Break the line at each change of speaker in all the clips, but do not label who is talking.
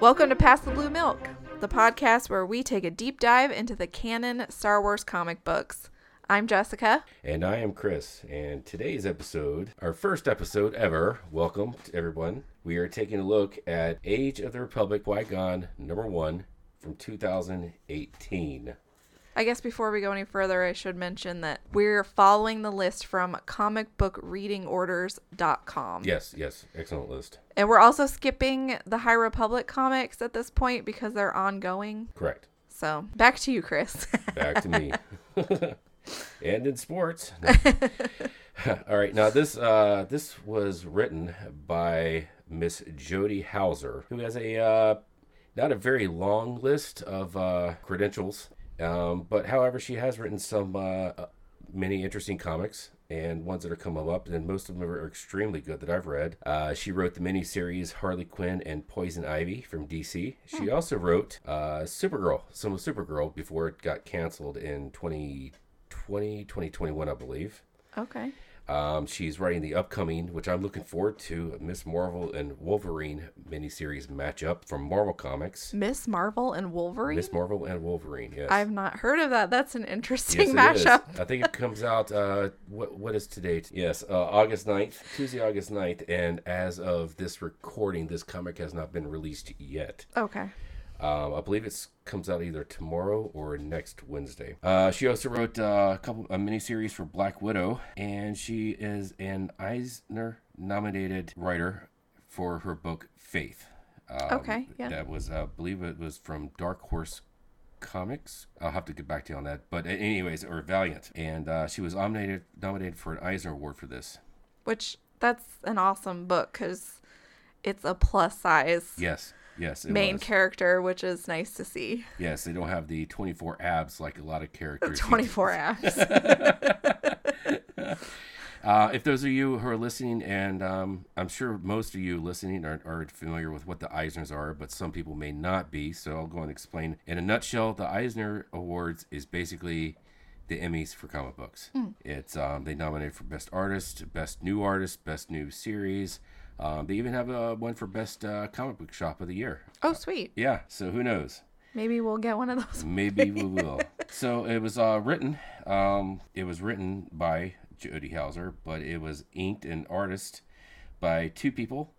Welcome to Pass the Blue Milk, the podcast where we take a deep dive into the canon Star Wars comic books. I'm Jessica.
And I am Chris, and today's episode, our first episode ever, welcome to everyone. We are taking a look at Age of the Republic Why Gone, number one from 2018.
I guess before we go any further, I should mention that we're following the list from comicbookreadingorders.com.
Yes, yes, excellent list.
And we're also skipping the High Republic comics at this point because they're ongoing.
Correct.
So back to you, Chris.
Back to me. and in sports. All right, now this uh, this was written by Miss Jody Hauser, who has a uh, not a very long list of uh, credentials, um, but however, she has written some uh, many interesting comics and ones that are coming up, and most of them are extremely good that I've read. Uh, she wrote the miniseries Harley Quinn and Poison Ivy from DC. She also wrote uh, Supergirl, some of Supergirl before it got canceled in 2020, 2021, I believe.
okay.
Um, she's writing the upcoming, which I'm looking forward to, Miss Marvel and Wolverine miniseries matchup from Marvel Comics.
Miss Marvel and Wolverine?
Miss Marvel and Wolverine, yes.
I've not heard of that. That's an interesting
Yes, it is.
mashup.
I think it comes out, uh, what, what is today? Yes, uh, August 9th, Tuesday, August 9th. And as of this recording, this comic has not been released yet.
Okay.
Um, I believe it comes out either tomorrow or next Wednesday. Uh, she also wrote uh, a couple a miniseries for Black Widow, and she is an Eisner-nominated writer for her book Faith. Um,
Okay, yeah.
That was, uh, I believe, it was from Dark Horse Comics. I'll have to get back to you on that. But anyways, or Valiant, and uh, she was nominated nominated for an Eisner Award for this.
Which that's an awesome book because it's a plus size
Yes, yes, it
main
was.
character, which is nice to see.
yes, they don't have the twenty-four abs like a lot of characters. you
24 abs.
Uh, if those of you who are listening, and um, I'm sure most of you listening are, are familiar with what the Eisners are, but some people may not be, so I'll go and explain. In a nutshell, the Eisner Awards is basically the Emmys for comic books. It's um, they nominate for best artist, best new artist, best new series. Um, they even have a one for best uh, comic book shop of the year.
oh, sweet.
Yeah, so who knows?
Maybe we'll get one of those.
Maybe we will. So it was uh, written. Um, it was written by Jody Hauser, but it was inked and artist by two people.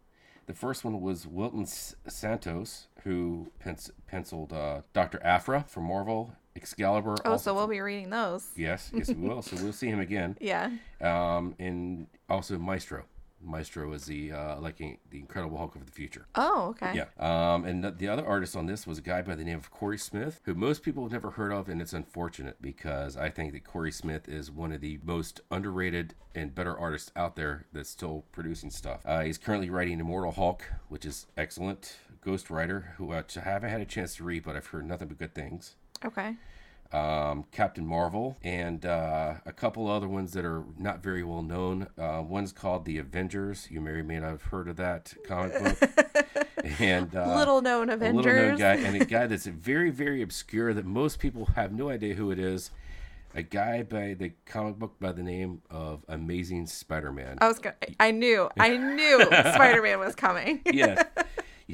The first one was Wilton S- Santos, who pens- penciled uh, Doctor Afra from Marvel, Excalibur.
Oh,
also
so we'll be reading those.
yes, yes, we will. So we'll see him again.
Yeah.
Um, and also Maestro. Maestro is the uh, like in- the Incredible Hulk of the future.
Oh, okay.
Yeah. Um, and the, the other artist on this was a guy by the name of Corey Smith, who most people have never heard of, and it's unfortunate because I think that Corey Smith is one of the most underrated and better artists out there that's still producing stuff. Uh, he's currently writing Immortal Hulk, which is excellent. Ghost Rider, who I haven't had a chance to read, but I've heard nothing but good things
Okay.
um, Captain Marvel, and uh, a couple other ones that are not very well known. Uh, one's called The Avengers. You may or may not have heard of that comic book. and uh,
little known
a little known
Avengers.
guy, and a guy that's very, very obscure that most people have no idea who it is. A guy by the comic book by the name of Amazing Spider-Man.
I was gonna. I knew. I knew Spider Man was coming.
yes.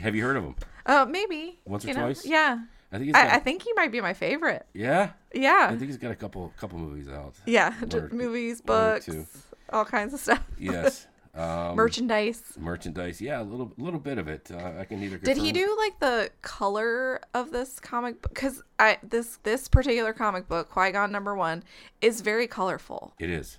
Have you heard of him?
Uh, maybe
Once or
you know?
twice?
Yeah.
I think he's got,
I, I think he might be my favorite.
yeah.
Yeah.
I think he's got a couple couple movies out.
yeah.
one
d-
or-
movies,
one or
books,
two.
all kinds of stuff.
Yes. Um,
Merchandise.
merchandise. Yeah, a little little bit of it. Uh, I can either.
Did he
confirm-
do like the color of this comic book? Because I this this particular comic book, Qui Gon number one, is very colorful.
It is.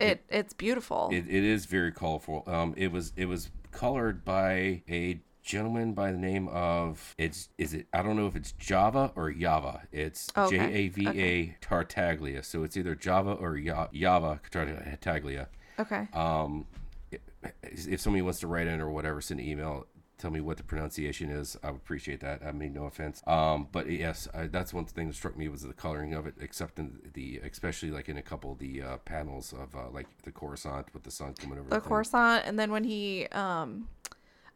It it's beautiful.
It, it is very colorful. Um, it was it was colored by a gentleman by the name of it's is it I don't know if it's Java or Yava. It's
Oh, Okay,
J A V A Tartaglia. So it's either Java or Ya- Yava Tartaglia.
okay.
Um, i- if somebody wants to write in or whatever, send an email. Tell me what the pronunciation is. I would appreciate that. I mean, no offense. Um, but yes, I, that's one thing that struck me was the coloring of it, except in the, especially like in a couple of the uh, panels of uh, like the Coruscant with the sun coming over.
the
thing.
Coruscant, and then when he, um,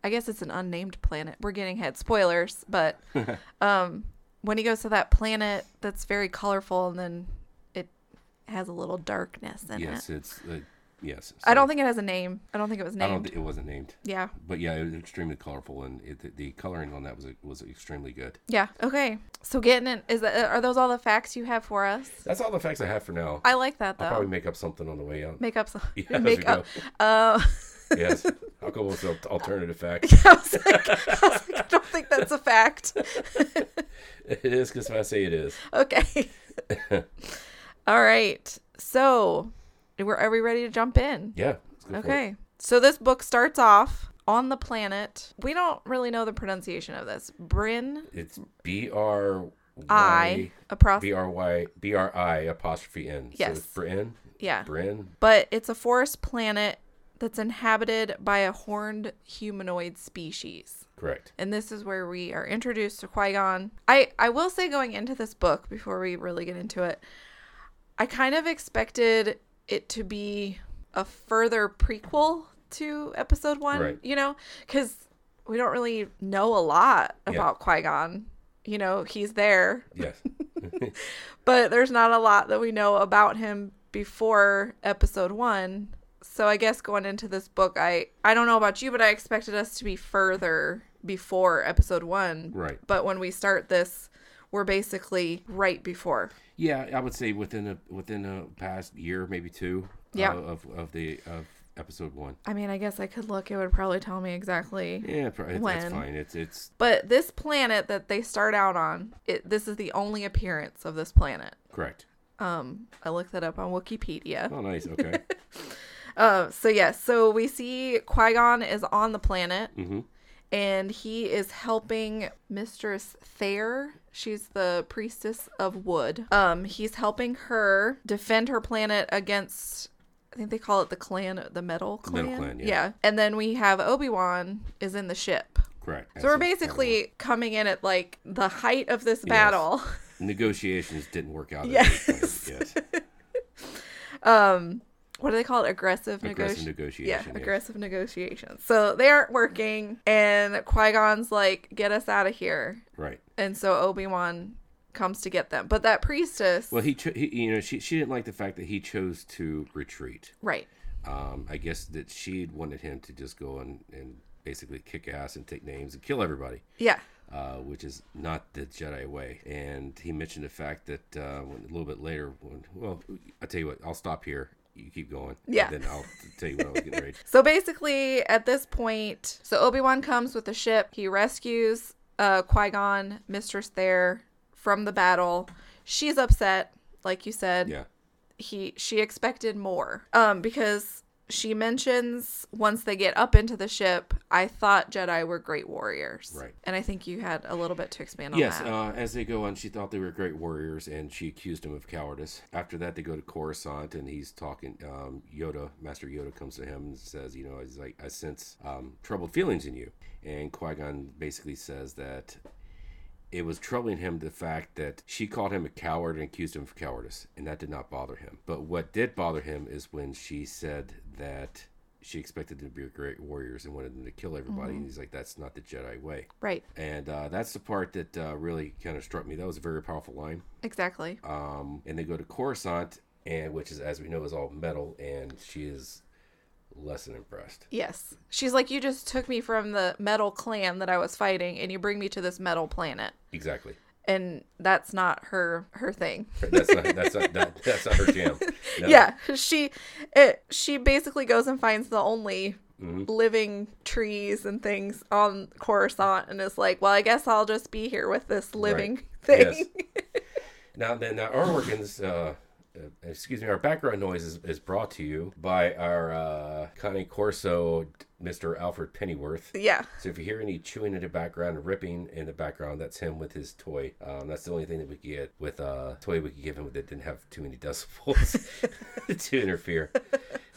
I guess it's an unnamed planet. We're getting head spoilers, but um, when he goes to that planet that's very colorful, and then it has a little darkness in
Yes,
it.
it's uh, Yes.
I don't think it has a name. I don't think it was
I don't.
named.
thi- it wasn't named,
yeah.
but yeah, it was extremely colorful, and it, the, the coloring on that was uh, was extremely good.
Yeah. Okay. So getting it is that are those all the facts you have for us?
That's all the facts I have for now.
I like that
I'll
though.
probably make up something on the way out.
Make up some.
Yeah, as we
make up. Uh,
Yes, I'll go with the alternative fact.
I, was like, I was like, I don't think that's a fact.
It is because if I say it is,
Okay. all right. So, we're are we ready to jump in?
yeah. let's go for it.
Okay. So this book starts off on the planet. We don't really know the pronunciation of this. Bryn
It's B R
I
Y B
apostrophe.
R Y B R I apostrophe N.
Yes.
So Bryn.
Yeah.
Bryn.
But it's a forest planet that's inhabited by a horned humanoid species.
Correct.
And this is where we are introduced to Qui Gon. I, I will say, going into this book, before we really get into it, I kind of expected it to be a further prequel to episode one,
Right.
you know, because we don't really know a lot
Yeah.
about Qui Gon. You know, he's there,
Yes.
but there's not a lot that we know about him before episode one. So I guess going into this book, I I don't know about you, but I expected us to be further before episode one.
Right.
But when we start this, we're basically right before.
Yeah, I would say within a within a past year, maybe two.
Yeah.
uh, of of the of episode one.
I mean, I guess I could look; it would probably tell me exactly.
Yeah, probably,
When?
that's fine. It's it's
But this planet that they start out on, it, this is the only appearance of this planet.
correct.
Um, I looked that up on Wikipedia.
Oh, nice. Okay.
Uh, so yes, so we see Qui Gon is on the planet,
Mm-hmm.
and he is helping Mistress Thayer. She's the priestess of wood. Um, he's helping her defend her planet against. I think they call it the clan, the metal clan.
Metal Clan, yeah.
And then we have Obi Wan is in the ship.
correct.
So we're basically coming in at like the height of this battle.
negotiations didn't work out. as
Yes.
they planned, yes.
What do they call it? Aggressive, negotiation.
Aggressive negotiation.
Yeah,
yes.
aggressive negotiations. So they aren't working, and Qui Gon's like, "Get us out of here!"
Right.
And so Obi Wan comes to get them. But that priestess,
Well, he, cho- he you know she she didn't like the fact that he chose to retreat.
right?
Um, I guess that she wanted him to just go and and basically kick ass and take names and kill everybody.
Yeah,
uh, which is not the Jedi way. And he mentioned the fact that uh, when, a little bit later, when, well, I'll tell you what, I'll stop here. You keep going. and
Yeah.
then I'll tell you what I was getting ready.
So basically, at this point, so Obi Wan comes with the ship. He rescues uh, Qui Gon, Mistress Thayer, from the battle. She's upset, like you said.
Yeah.
He she expected more, um, because she mentions once they get up into the ship, I thought Jedi were great warriors.
Right.
And I think you had a little bit to expand on
Yes,
that.
uh, as they go on, she thought they were great warriors, and she accused him of cowardice. After that, they go to Coruscant, and he's talking. Um, Yoda, Master Yoda, comes to him and says, "You know, he's like, I sense um, troubled feelings in you." And Qui Gon basically says that it was troubling him the fact that she called him a coward and accused him of cowardice, and that did not bother him. But what did bother him is when she said that she expected them to be great warriors and wanted them to kill everybody, and he's like, "That's not the Jedi way."
right.
And uh, that's the part that uh, really kind of struck me. That was a very powerful line.
Exactly.
Um, and they go to Coruscant, and which is, as we know, is all metal, and she is less than impressed.
Yes. She's like, you just took me from the metal clan that I was fighting, and you bring me to this metal planet.
Exactly.
and that's not her her thing.
That's not that's not that, that's not her jam. No.
Yeah, she it, she basically goes and finds the only
Mm-hmm.
living trees and things on Coruscant and is like, "Well, I guess I'll just be here with this living thing."
Yes. Now then, now our organs. Uh, uh, excuse me. Our background noise is, is brought to you by our uh, Connie Corso, Mr. Alfred Pennyworth.
yeah.
So if you hear any chewing in the background, or ripping in the background, that's him with his toy. Um, that's the only thing that we could get with a toy we could give him that didn't have too many decibels to interfere.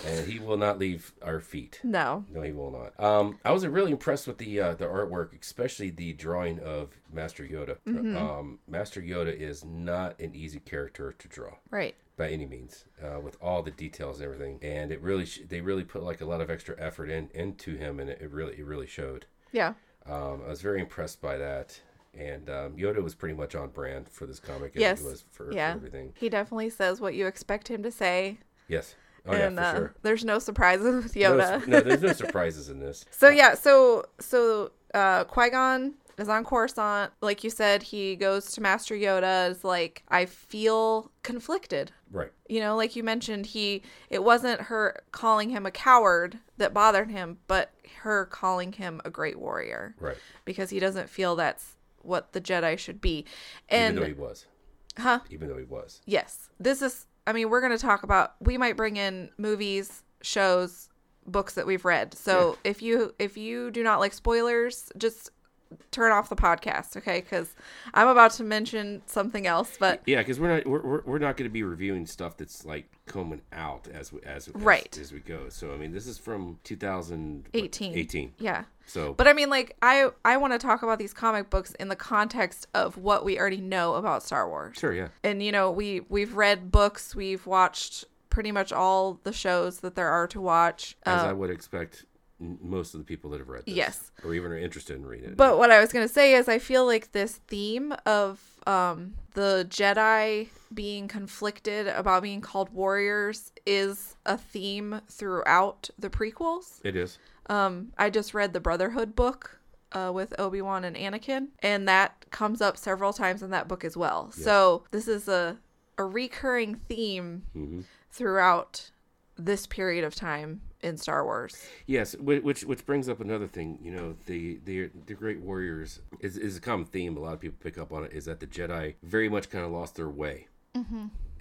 And he will not leave our feet.
No.
No, he will not. Um, I was really impressed with the uh, the artwork, especially the drawing of Master Yoda. Um, Master Yoda is not an easy character to draw
Right.
by any means, uh, with all the details and everything. And it really, sh- they really put like a lot of extra effort in into him, and it, it really, it really showed.
Yeah.
Um, I was very impressed by that. And um, Yoda was pretty much on brand for this comic. as
Yes.
He was for, for
yeah.
everything.
He definitely says what you expect him to say
Yes. Oh, yeah,
and
for
uh,
sure.
there's no surprises with
No,
Yoda.
s- no, there's no surprises in this.
So yeah, so so uh Qui-Gon is on Coruscant. Like you said, he goes to Master Yoda is like, I feel conflicted.
Right.
You know, like you mentioned, he it wasn't her calling him a coward that bothered him, but her calling him a great warrior.
Right.
Because he doesn't feel that's what the Jedi should be.
Even
And
though he was.
Huh?
Even though he was.
Yes. This is, I mean, we're going to talk about, we might bring in movies, shows, books that we've read. So if you, if you do not like spoilers, just turn off the podcast. Okay. Cause I'm about to mention something else, but
Yeah, because we're not we're, we're, we're not going to be reviewing stuff that's like coming out as we, as as-
Right.
as, we go. So I mean, this is from 2018.
18. yeah.
So
But I mean, like, I, I want to talk about these comic books in the context of what we already know about Star Wars.
sure, yeah,
and you know we we've read books we've watched pretty much all the shows that there are to watch
as
Uh,
I would expect, n- most of the people that have read this,
Yes.
or even are interested in reading it.
but what i was going to say is i feel like this theme of um the jedi being conflicted about being called warriors is a theme throughout the prequels
it is
um i just read the brotherhood book uh, with obi-wan and anakin and that comes up several times in that book as well so this is a a recurring theme
hmm
throughout this period of time in Star Wars.
yes, whi- which which brings up another thing. You know, the the the great warriors is is a common theme. A lot of people pick up on it is that the Jedi very much kind of lost their way.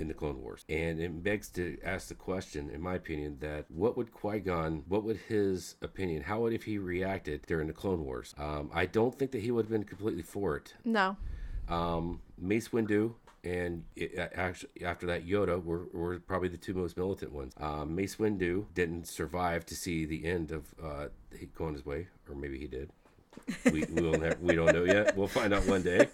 in the Clone Wars. And it begs to ask the question, in my opinion, that what would Qui Gon, what would his opinion, how would if he reacted during the Clone Wars? Um, I don't think that he would have been completely for it.
No.
Um, Mace Windu and it, actually after that Yoda were, were probably the two most militant ones. Um, Mace Windu didn't survive to see the end of uh, he going his way, or maybe he did. We we'll never, we don't know yet. We'll find out one day.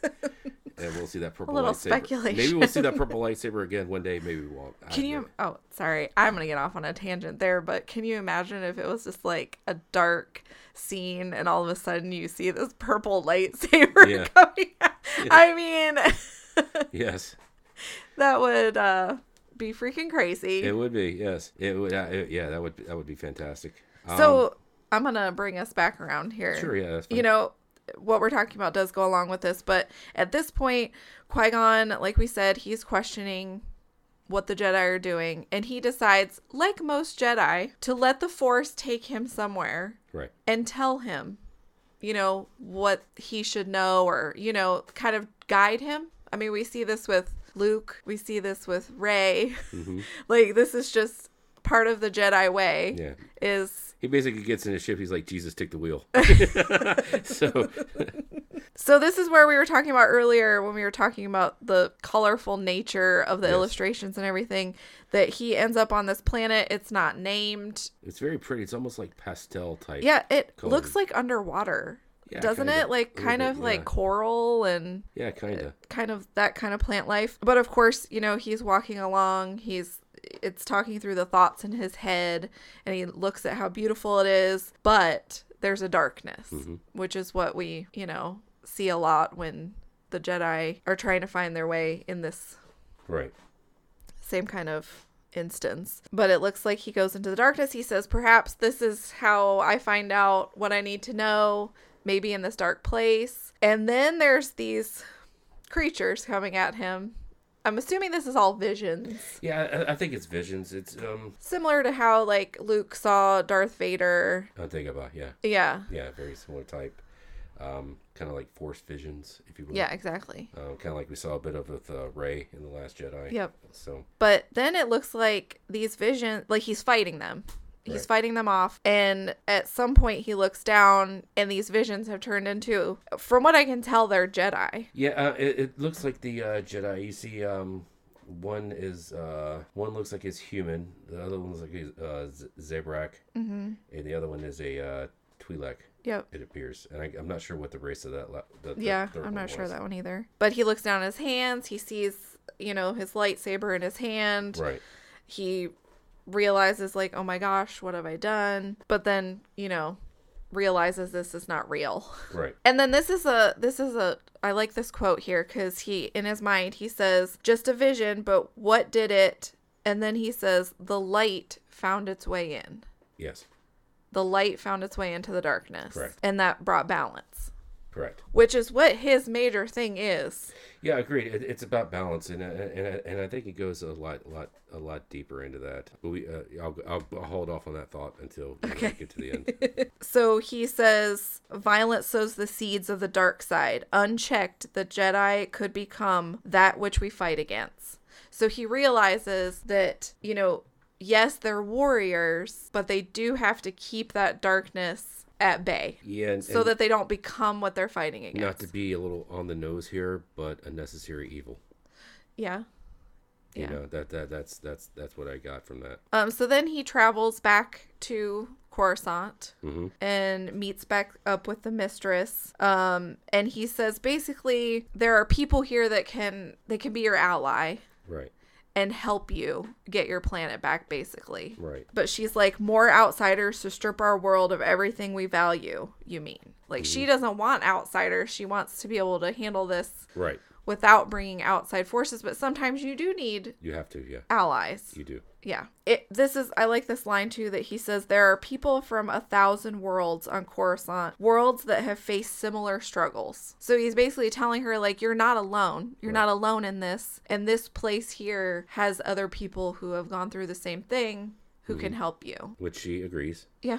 And we'll see that purple
little
lightsaber. Maybe we'll see that purple lightsaber again one day. Maybe we won't. I
Can
don't
you oh
know.
sorry, I'm gonna get off on a tangent there, but can you imagine if it was just like a dark scene and all of a sudden you see this purple lightsaber
Yeah.
coming out? I mean
Yes,
that would uh be freaking crazy.
it would be. Yes, it would. Uh, it- yeah, that would that would be fantastic. Um,
so I'm gonna bring us back around here.
sure, yeah, that's fine.
you know what we're talking about does go along with this, but at this point, Qui Gon, like we said, he's questioning what the Jedi are doing, and he decides, like most Jedi, to let the Force take him somewhere
right.
and tell him, you know, what he should know or, you know, kind of guide him. I mean, we see this with Luke, we see this with Ray.
Mm-hmm.
like, this is just part of the Jedi way,
Yeah,
is
he basically gets in his ship. He's like, Jesus, take the wheel. so
So this is where we were talking about earlier when we were talking about the colorful nature of the
Yes.
illustrations and everything that he ends up on this planet. It's not named.
it's very pretty. It's almost like pastel type.
Yeah, it
Cool.
looks like underwater.
Yeah,
doesn't
kinda.
it? Like
A little
kind
bit,
of like
yeah.
coral and
Yeah, kinda.
kind of that kind of plant life. But of course, you know, he's walking along, he's it's talking through the thoughts in his head and he looks at how beautiful it is, but there's a darkness, which is what we, you know, see a lot when the Jedi are trying to find their way in this
Right.
same kind of instance. But it looks like he goes into the darkness. He says, Perhaps this is how I find out what I need to know, maybe in this dark place. And then there's these creatures coming at him. I'm assuming this is all visions,
Yeah, I, I think it's visions. It's um.
similar to how like Luke saw Darth Vader.
I'm thinking about yeah,
Yeah.
yeah, very similar type. Um, kind of like force visions, if you will.
Yeah, exactly.
Um, kind of like we saw a bit of with uh, Ray in the Last Jedi.
Yep.
So
But then it looks like these visions, like he's fighting them. He's
Right.
fighting them off. And at some point, he looks down, and these visions have turned into, from what I can tell, they're Jedi.
Yeah, uh, it, it looks like the uh, Jedi. You see, um, one is uh, one looks like he's human. The other one looks like he's uh, Z- Zabrak,
Mm-hmm.
and the other one is a uh, Twi'lek.
Yep.
It appears, and I, I'm not sure what the race of that. La- the, the
Yeah,
third
I'm
one
not sure
was.
that one either. But he looks down at his hands. He sees, you know, his lightsaber in his hand.
Right.
He realizes, like, oh my gosh, what have I done? But then, you know, realizes this is not real.
Right.
And then this is a this is a I like this quote here cuz he in his mind he says just a vision but what did it And then he says, The light found its way in.
Yes.
The light found its way into the darkness.
Correct.
And that brought balance,
Correct.
which is what his major thing is.
Yeah, agreed. It, it's about balance, and uh, and I- and I think it goes a lot, lot, a lot deeper into that. But we, uh, I'll, I'll, I'll hold off on that thought until we get to the end.
So he says, Violence sows the seeds of the dark side. Unchecked, the Jedi could become that which we fight against. So he realizes that, you know, yes, they're warriors, but they do have to keep that darkness at bay
Yeah, and,
so
and
that they don't become what they're fighting against.
not to be a little on the nose here, but a necessary evil.
yeah.
You
Yeah.
know that that that's that's that's what I got from that.
Um, so then he travels back to Coruscant and meets back up with the mistress. Um, and he says basically there are people here that can they can be your ally
Right.
and help you get your planet back, basically.
Right.
But she's like more outsiders to strip our world of everything we value. You mean like she doesn't want outsiders? She wants to be able to handle this
Right.
without bringing outside forces. But sometimes you do need
You have to. Yeah.
allies.
You do.
Yeah. It this is I like this line too that he says there are people from a thousand worlds on Coruscant, worlds that have faced similar struggles. So he's basically telling her like you're not alone. You're not alone in this. And this place here has other people who have gone through the same thing who can help you.
Which she agrees.
Yeah.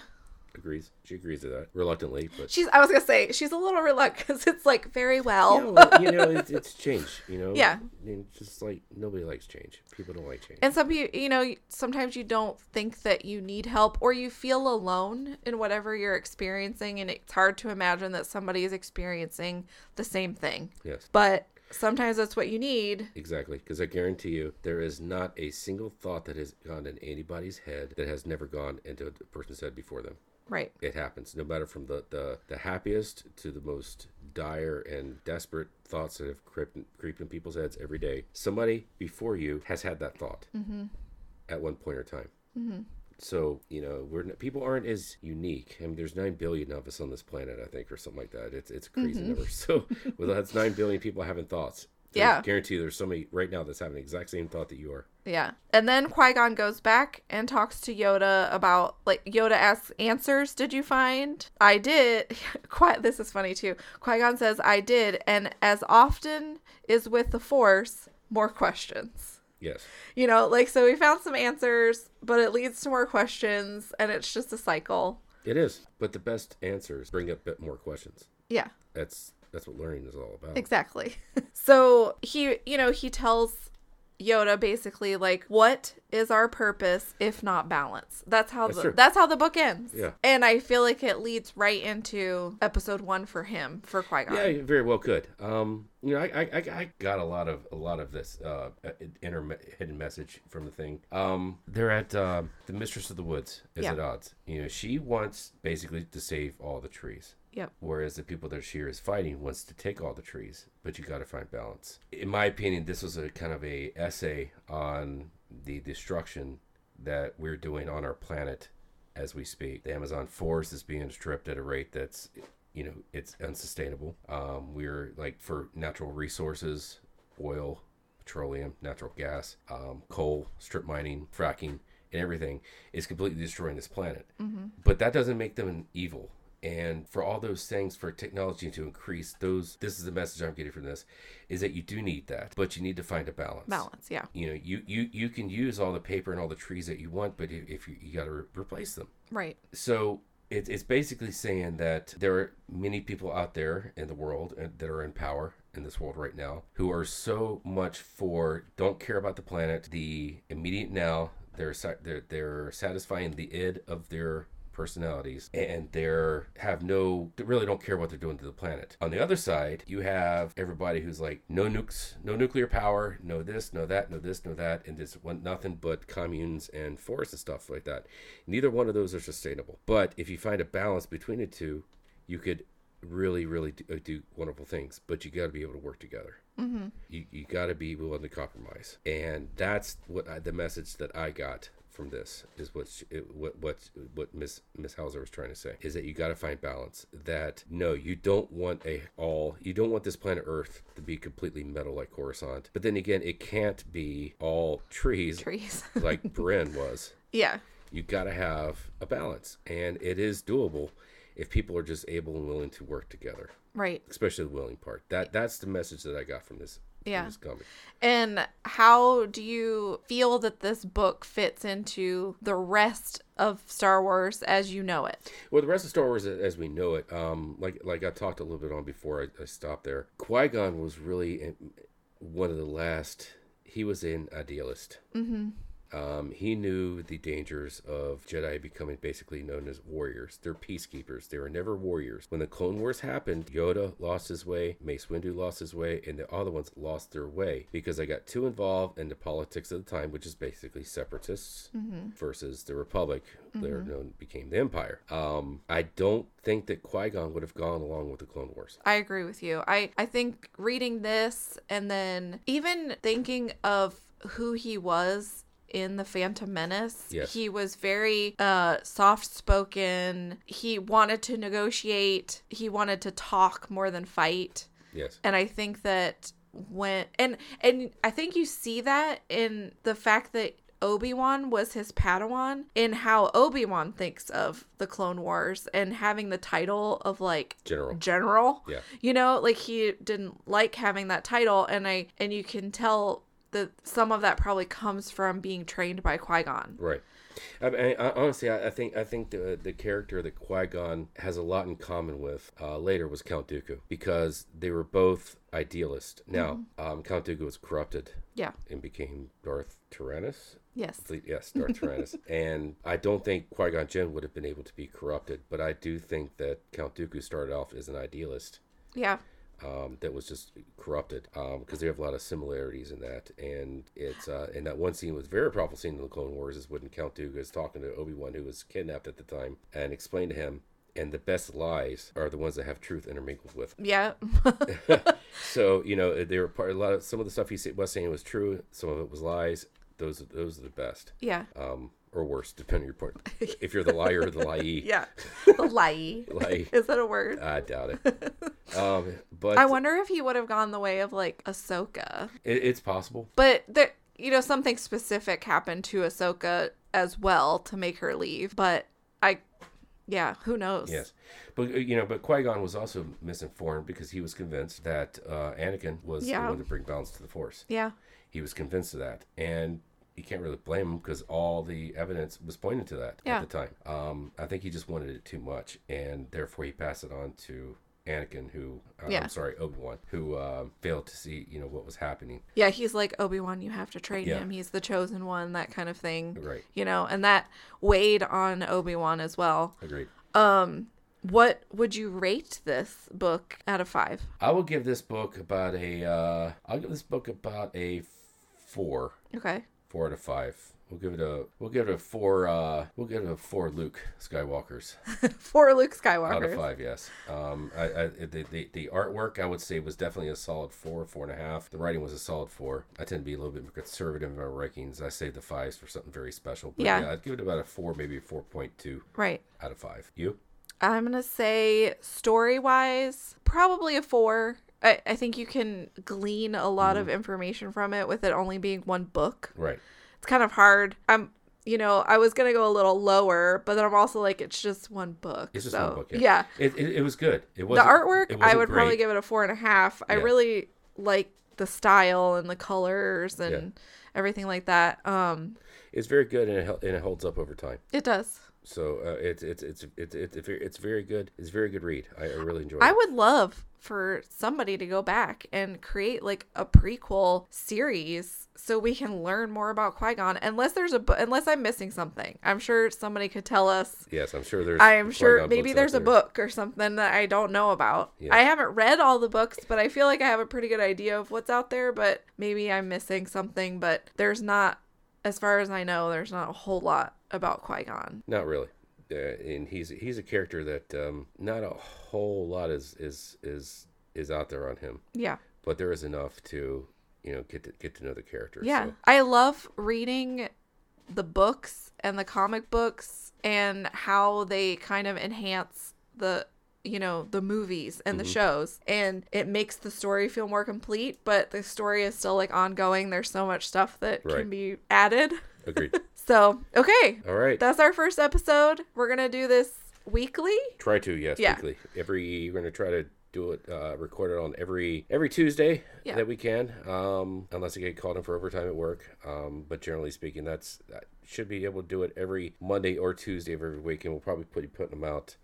Agrees. She agrees to that reluctantly, but
She's I was going to say she's a little reluctant cuz it's like very well.
Yeah, Oh, well, you know, it's, it's change. You know.
Yeah.
And just like nobody likes change. People don't like change.
And some people, you know, sometimes you don't think that you need help or you feel alone in whatever you're experiencing. And it's hard to imagine that somebody is experiencing the same thing.
yes.
But sometimes that's what you need.
Exactly, because I guarantee you, there is not a single thought that has gone in anybody's head that has never gone into a person's head before them.
Right.
It happens, no matter from the, the, the happiest to the most dire and desperate thoughts that have crept, creeped in people's heads every day. Somebody before you has had that thought at one point or time. So you know, we're n- people aren't as unique. I mean, there's nine billion of us on this planet, I think, or something like that. It's it's a crazy number. So well, that's nine billion people having thoughts. There's-
Yeah.
guarantee you there's somebody right now that's having the exact same thought that you are.
Yeah. And then Qui Gon goes back and talks to Yoda about, like, Yoda asks, answers did you find? I did. Qui- this is funny too. Qui Gon says, I did. And as often is with the Force, more questions.
Yes,
you know like so we found some answers but it leads to more questions and it's just a cycle
it is. But the best answers bring up bit more questions.
yeah
That's that's what learning is all about.
exactly so he you know he tells yoda basically like what is our purpose if not balance that's how
That's
the,
true.
that's how the book ends
Yeah.
and i feel like it leads right into episode one for him for qui-gon
Yeah, you very well could. Um, you know, I, I, I I got a lot of a lot of this uh, inner hidden message from the thing. Um, they're at um the Mistress of the Woods is
Yeah.
at odds. You know, she wants basically to save all the trees,
yep
whereas the people that she is fighting wants to take all the trees. But you got to find balance. In my opinion, this was a kind of a essay on the destruction that we're doing on our planet as we speak. The Amazon forest is being stripped at a rate that's, you know, it's unsustainable. Um, we're like for natural resources, oil, petroleum, natural gas, um, coal, strip mining, fracking, and everything is completely destroying this planet. But that doesn't make them evil. And for all those things, for technology to increase, those this is the message I'm getting from this, is that you do need that, but you need to find a
balance yeah
you know you you you can use all the paper and all the trees that you want but if- if you, you got to re- replace them
right
so it, it's basically saying that there are many people out there in the world and- that are in power in this world right now who are so much for don't care about the planet the immediate now they're sa- they're, they're satisfying the id of their personalities and they're have no they really don't care what they're doing to the planet on the other side you have everybody who's like no nukes no nuclear power no this no that no this no that and just want nothing but communes and forests and stuff like that neither one of those are sustainable but if you find a balance between the two you could really really do, do wonderful things but you got to be able to work together you, you got to be willing to compromise and that's what I, the message that i got from this is what's it, what what what Miss Miss Hauser was trying to say is that you got to find balance. That no, you don't want a all you don't want this planet Earth to be completely metal like Coruscant, but then again, it can't be all trees
Trees.
like Bren was.
yeah.
You got to have a balance, and it is doable if people are just able and willing to work together,
Right.
especially the willing part. That that's the message that I got from this. from
Yeah.
this comic.
And how do you feel that this book fits into the rest of Star Wars as you know it?
Well, the rest of Star Wars a- as we know it, um, like like I talked a little bit on before I, I stopped there. Qui Gon was really in- one of the last. He was an idealist. Mm-hmm. Um, he knew the dangers of Jedi becoming basically known as warriors. They're peacekeepers. They were never warriors. When the Clone Wars happened, Yoda lost his way, Mace Windu lost his way, and the other ones lost their way because they got too involved in the politics of the time, which is basically separatists versus the Republic. They're known became the Empire. Um, I don't think that Qui Gon would have gone along with the Clone Wars.
I agree with you. I, I think reading this and then even thinking of who he was in the Phantom Menace,
Yes.
he was very uh, soft spoken. He wanted to negotiate, he wanted to talk more than fight.
Yes.
and i think that when and and i think you see that in the fact that obi-wan was his padawan in how obi-wan thinks of the clone wars and having the title of like
General.
general
Yeah.
you know like he didn't like having that title and i and you can tell that some of that probably comes from being trained by qui-gon
Right. I, mean, I, honestly, I, I think I think the the character that Qui Gon has a lot in common with uh, later was Count Dooku because they were both idealists. Now, um, Count Dooku was corrupted
yeah
and became Darth Tyrannus.
yes
Fleet- Yes, Darth Tyrannus. and I don't think Qui Gon Jinn would have been able to be corrupted, but I do think that Count Dooku started off as an idealist
yeah
um, that was just corrupted because they have a lot of similarities in that. And it's uh, and that one scene was very powerful scene in the Clone Wars is when Count Dooku is talking to Obi Wan, who was kidnapped at the time, and explained to him. And the best lies are the ones that have truth intermingled with.
yeah
So you know they were part a lot of some of the stuff he sa- was saying was true, some of it was lies. Those those are the best
yeah
um, or worse, depending on your point. If you're the liar or the liee,
yeah the lie
Lie.
is that a word
I doubt it. Um, but
I wonder if he would have gone the way of like Ahsoka.
it, it's possible.
But there, you know, something specific happened to Ahsoka as well to make her leave. But I, yeah, who knows?
Yes, but uh, you know, but Qui Gon was also misinformed because he was convinced that uh, Anakin was
Yeah.
the one to bring balance to the Force.
Yeah.
He was convinced of that, and you can't really blame him because all the evidence was pointing to that
Yeah.
at the time. Um, I think he just wanted it too much, and therefore he passed it on to Anakin, who uh,
Yeah.
I'm sorry, Obi Wan, who uh, failed to see you know what was happening.
Yeah. He's like, Obi Wan, you have to train
Yeah.
him. He's the chosen one, that kind of thing.
Right.
You know, and that weighed on Obi Wan as well.
Agreed.
What would you rate this book out of five?
I will give this book about a. Uh, I'll give this book about a four,
Okay.
four out of five. We'll give it a. We'll give it a four. Uh, we'll give it a four. Luke Skywalker's
For Luke
out of
Skywalker.
five. Yes. Um. I. I the, the the artwork I would say was definitely a solid four, four and a half. The writing was a solid four. I tend to be a little bit more conservative in my rankings. I save the fives for something very special. But
Yeah.
yeah. I'd give it about a four, maybe a four point two
Right.
out of five. You?
I'm gonna say story wise, probably a four. I, I think you can glean a lot
Mm-hmm.
of information from it with it only being one book.
Right.
It's kind of hard. I'm you know, I was gonna go a little lower, but then I'm also like it's just one book.
It's just
so
one book. Yeah.
yeah.
It, it, it was good. It was
The artwork I would probably give it a four and a half. I
Yeah.
really like the style and the colors and everything like that. Um
It's very good and it, hel- and it holds up over time.
it does.
So uh, it's it's it's it's it's it's very- it's very good. It's a very good read. I, I really enjoyed
I
it.
would love for somebody to go back and create like a prequel series so we can learn more about Qui Gon. Unless there's a, bu- unless I'm missing something, I'm sure somebody could tell us.
Yes, I'm sure there's.
I'm
Qui-Gon
sure
books
maybe
out
there's a
there.
book or something that I don't know about.
Yeah.
I haven't read all the books, but I feel like I have a pretty good idea of what's out there. But maybe I'm missing something. But there's not, as far as I know, there's not a whole lot about Qui Gon.
Not really. Uh, and he's he's a character that um, not a whole lot is is is is out there on him,
Yeah.
but there is enough to you know get to get to know the character.
Yeah.
so-
I love reading the books and the comic books and how they kind of enhance the you know the movies and the shows and it makes the story feel more complete but the story is still like ongoing there's so much stuff that
Right.
can be added
Agreed.
so okay
All right.
that's our first episode we're gonna do this weekly
try to yes
Yeah.
weekly. Every we're gonna try to do it uh, record it on every every Tuesday
Yeah.
that we can, um, unless I get called in for overtime at work. Um, but generally speaking, that's that should be able to do it every Monday or Tuesday of every week, and we'll probably put putting them out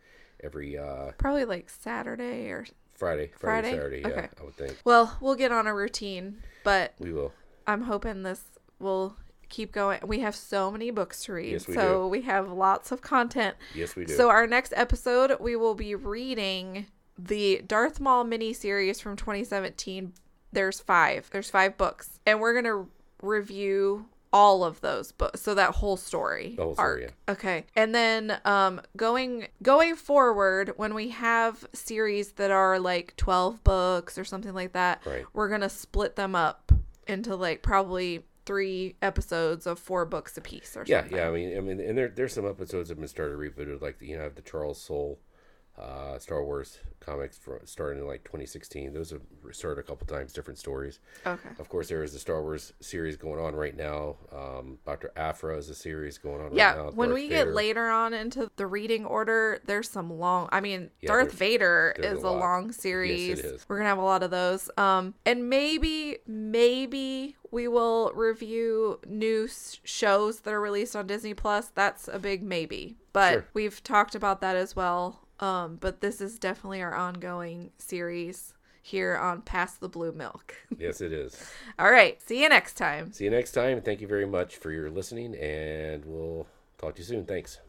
every uh,
probably like saturday or
Friday, Friday,
Friday?
Saturday. Yeah,
Okay.
I would think
well we'll get on a routine but
we will.
I'm hoping this will keep going. We have so many books to read,
Yes, we
so we have lots of content.
Yes, we do.
So our next episode, we will be reading the Darth Maul mini series from 2017. There's five. There's five books, and we're gonna review all of those books. So that whole story.
The whole story,
arc. Okay, and then um, going going forward, when we have series that are like 12 books or something like that,
Right.
we're gonna split them up into like probably three episodes of four books apiece or
yeah,
something.
yeah. I mean, I mean, and there there's some episodes that have been started rebooted, like you know, I have the Charles Soule. Uh, Star Wars comics fro- started in like 2016. Those have started a couple times, different stories.
Okay.
Of course, there is the Star Wars series going on right now. Um, Doctor Afra is a series going on
Yeah,
right now.
when
Darth
we get
Vader.
later on into the reading order, there's some long. I mean,
Yeah,
Darth
there's-
Vader
there's
is
a
a,
lot.
long series.
is.
We're gonna have a lot of those. Um, and maybe, maybe we will review new s- shows that are released on Disney Plus. That's a big maybe, but
Sure.
we've talked about that as well. Um, but this is definitely our ongoing series here on Past the Blue Milk.
yes, it is.
All right, see you next time.
See you next time. Thank you very much for your listening, and we'll talk to you soon. Thanks.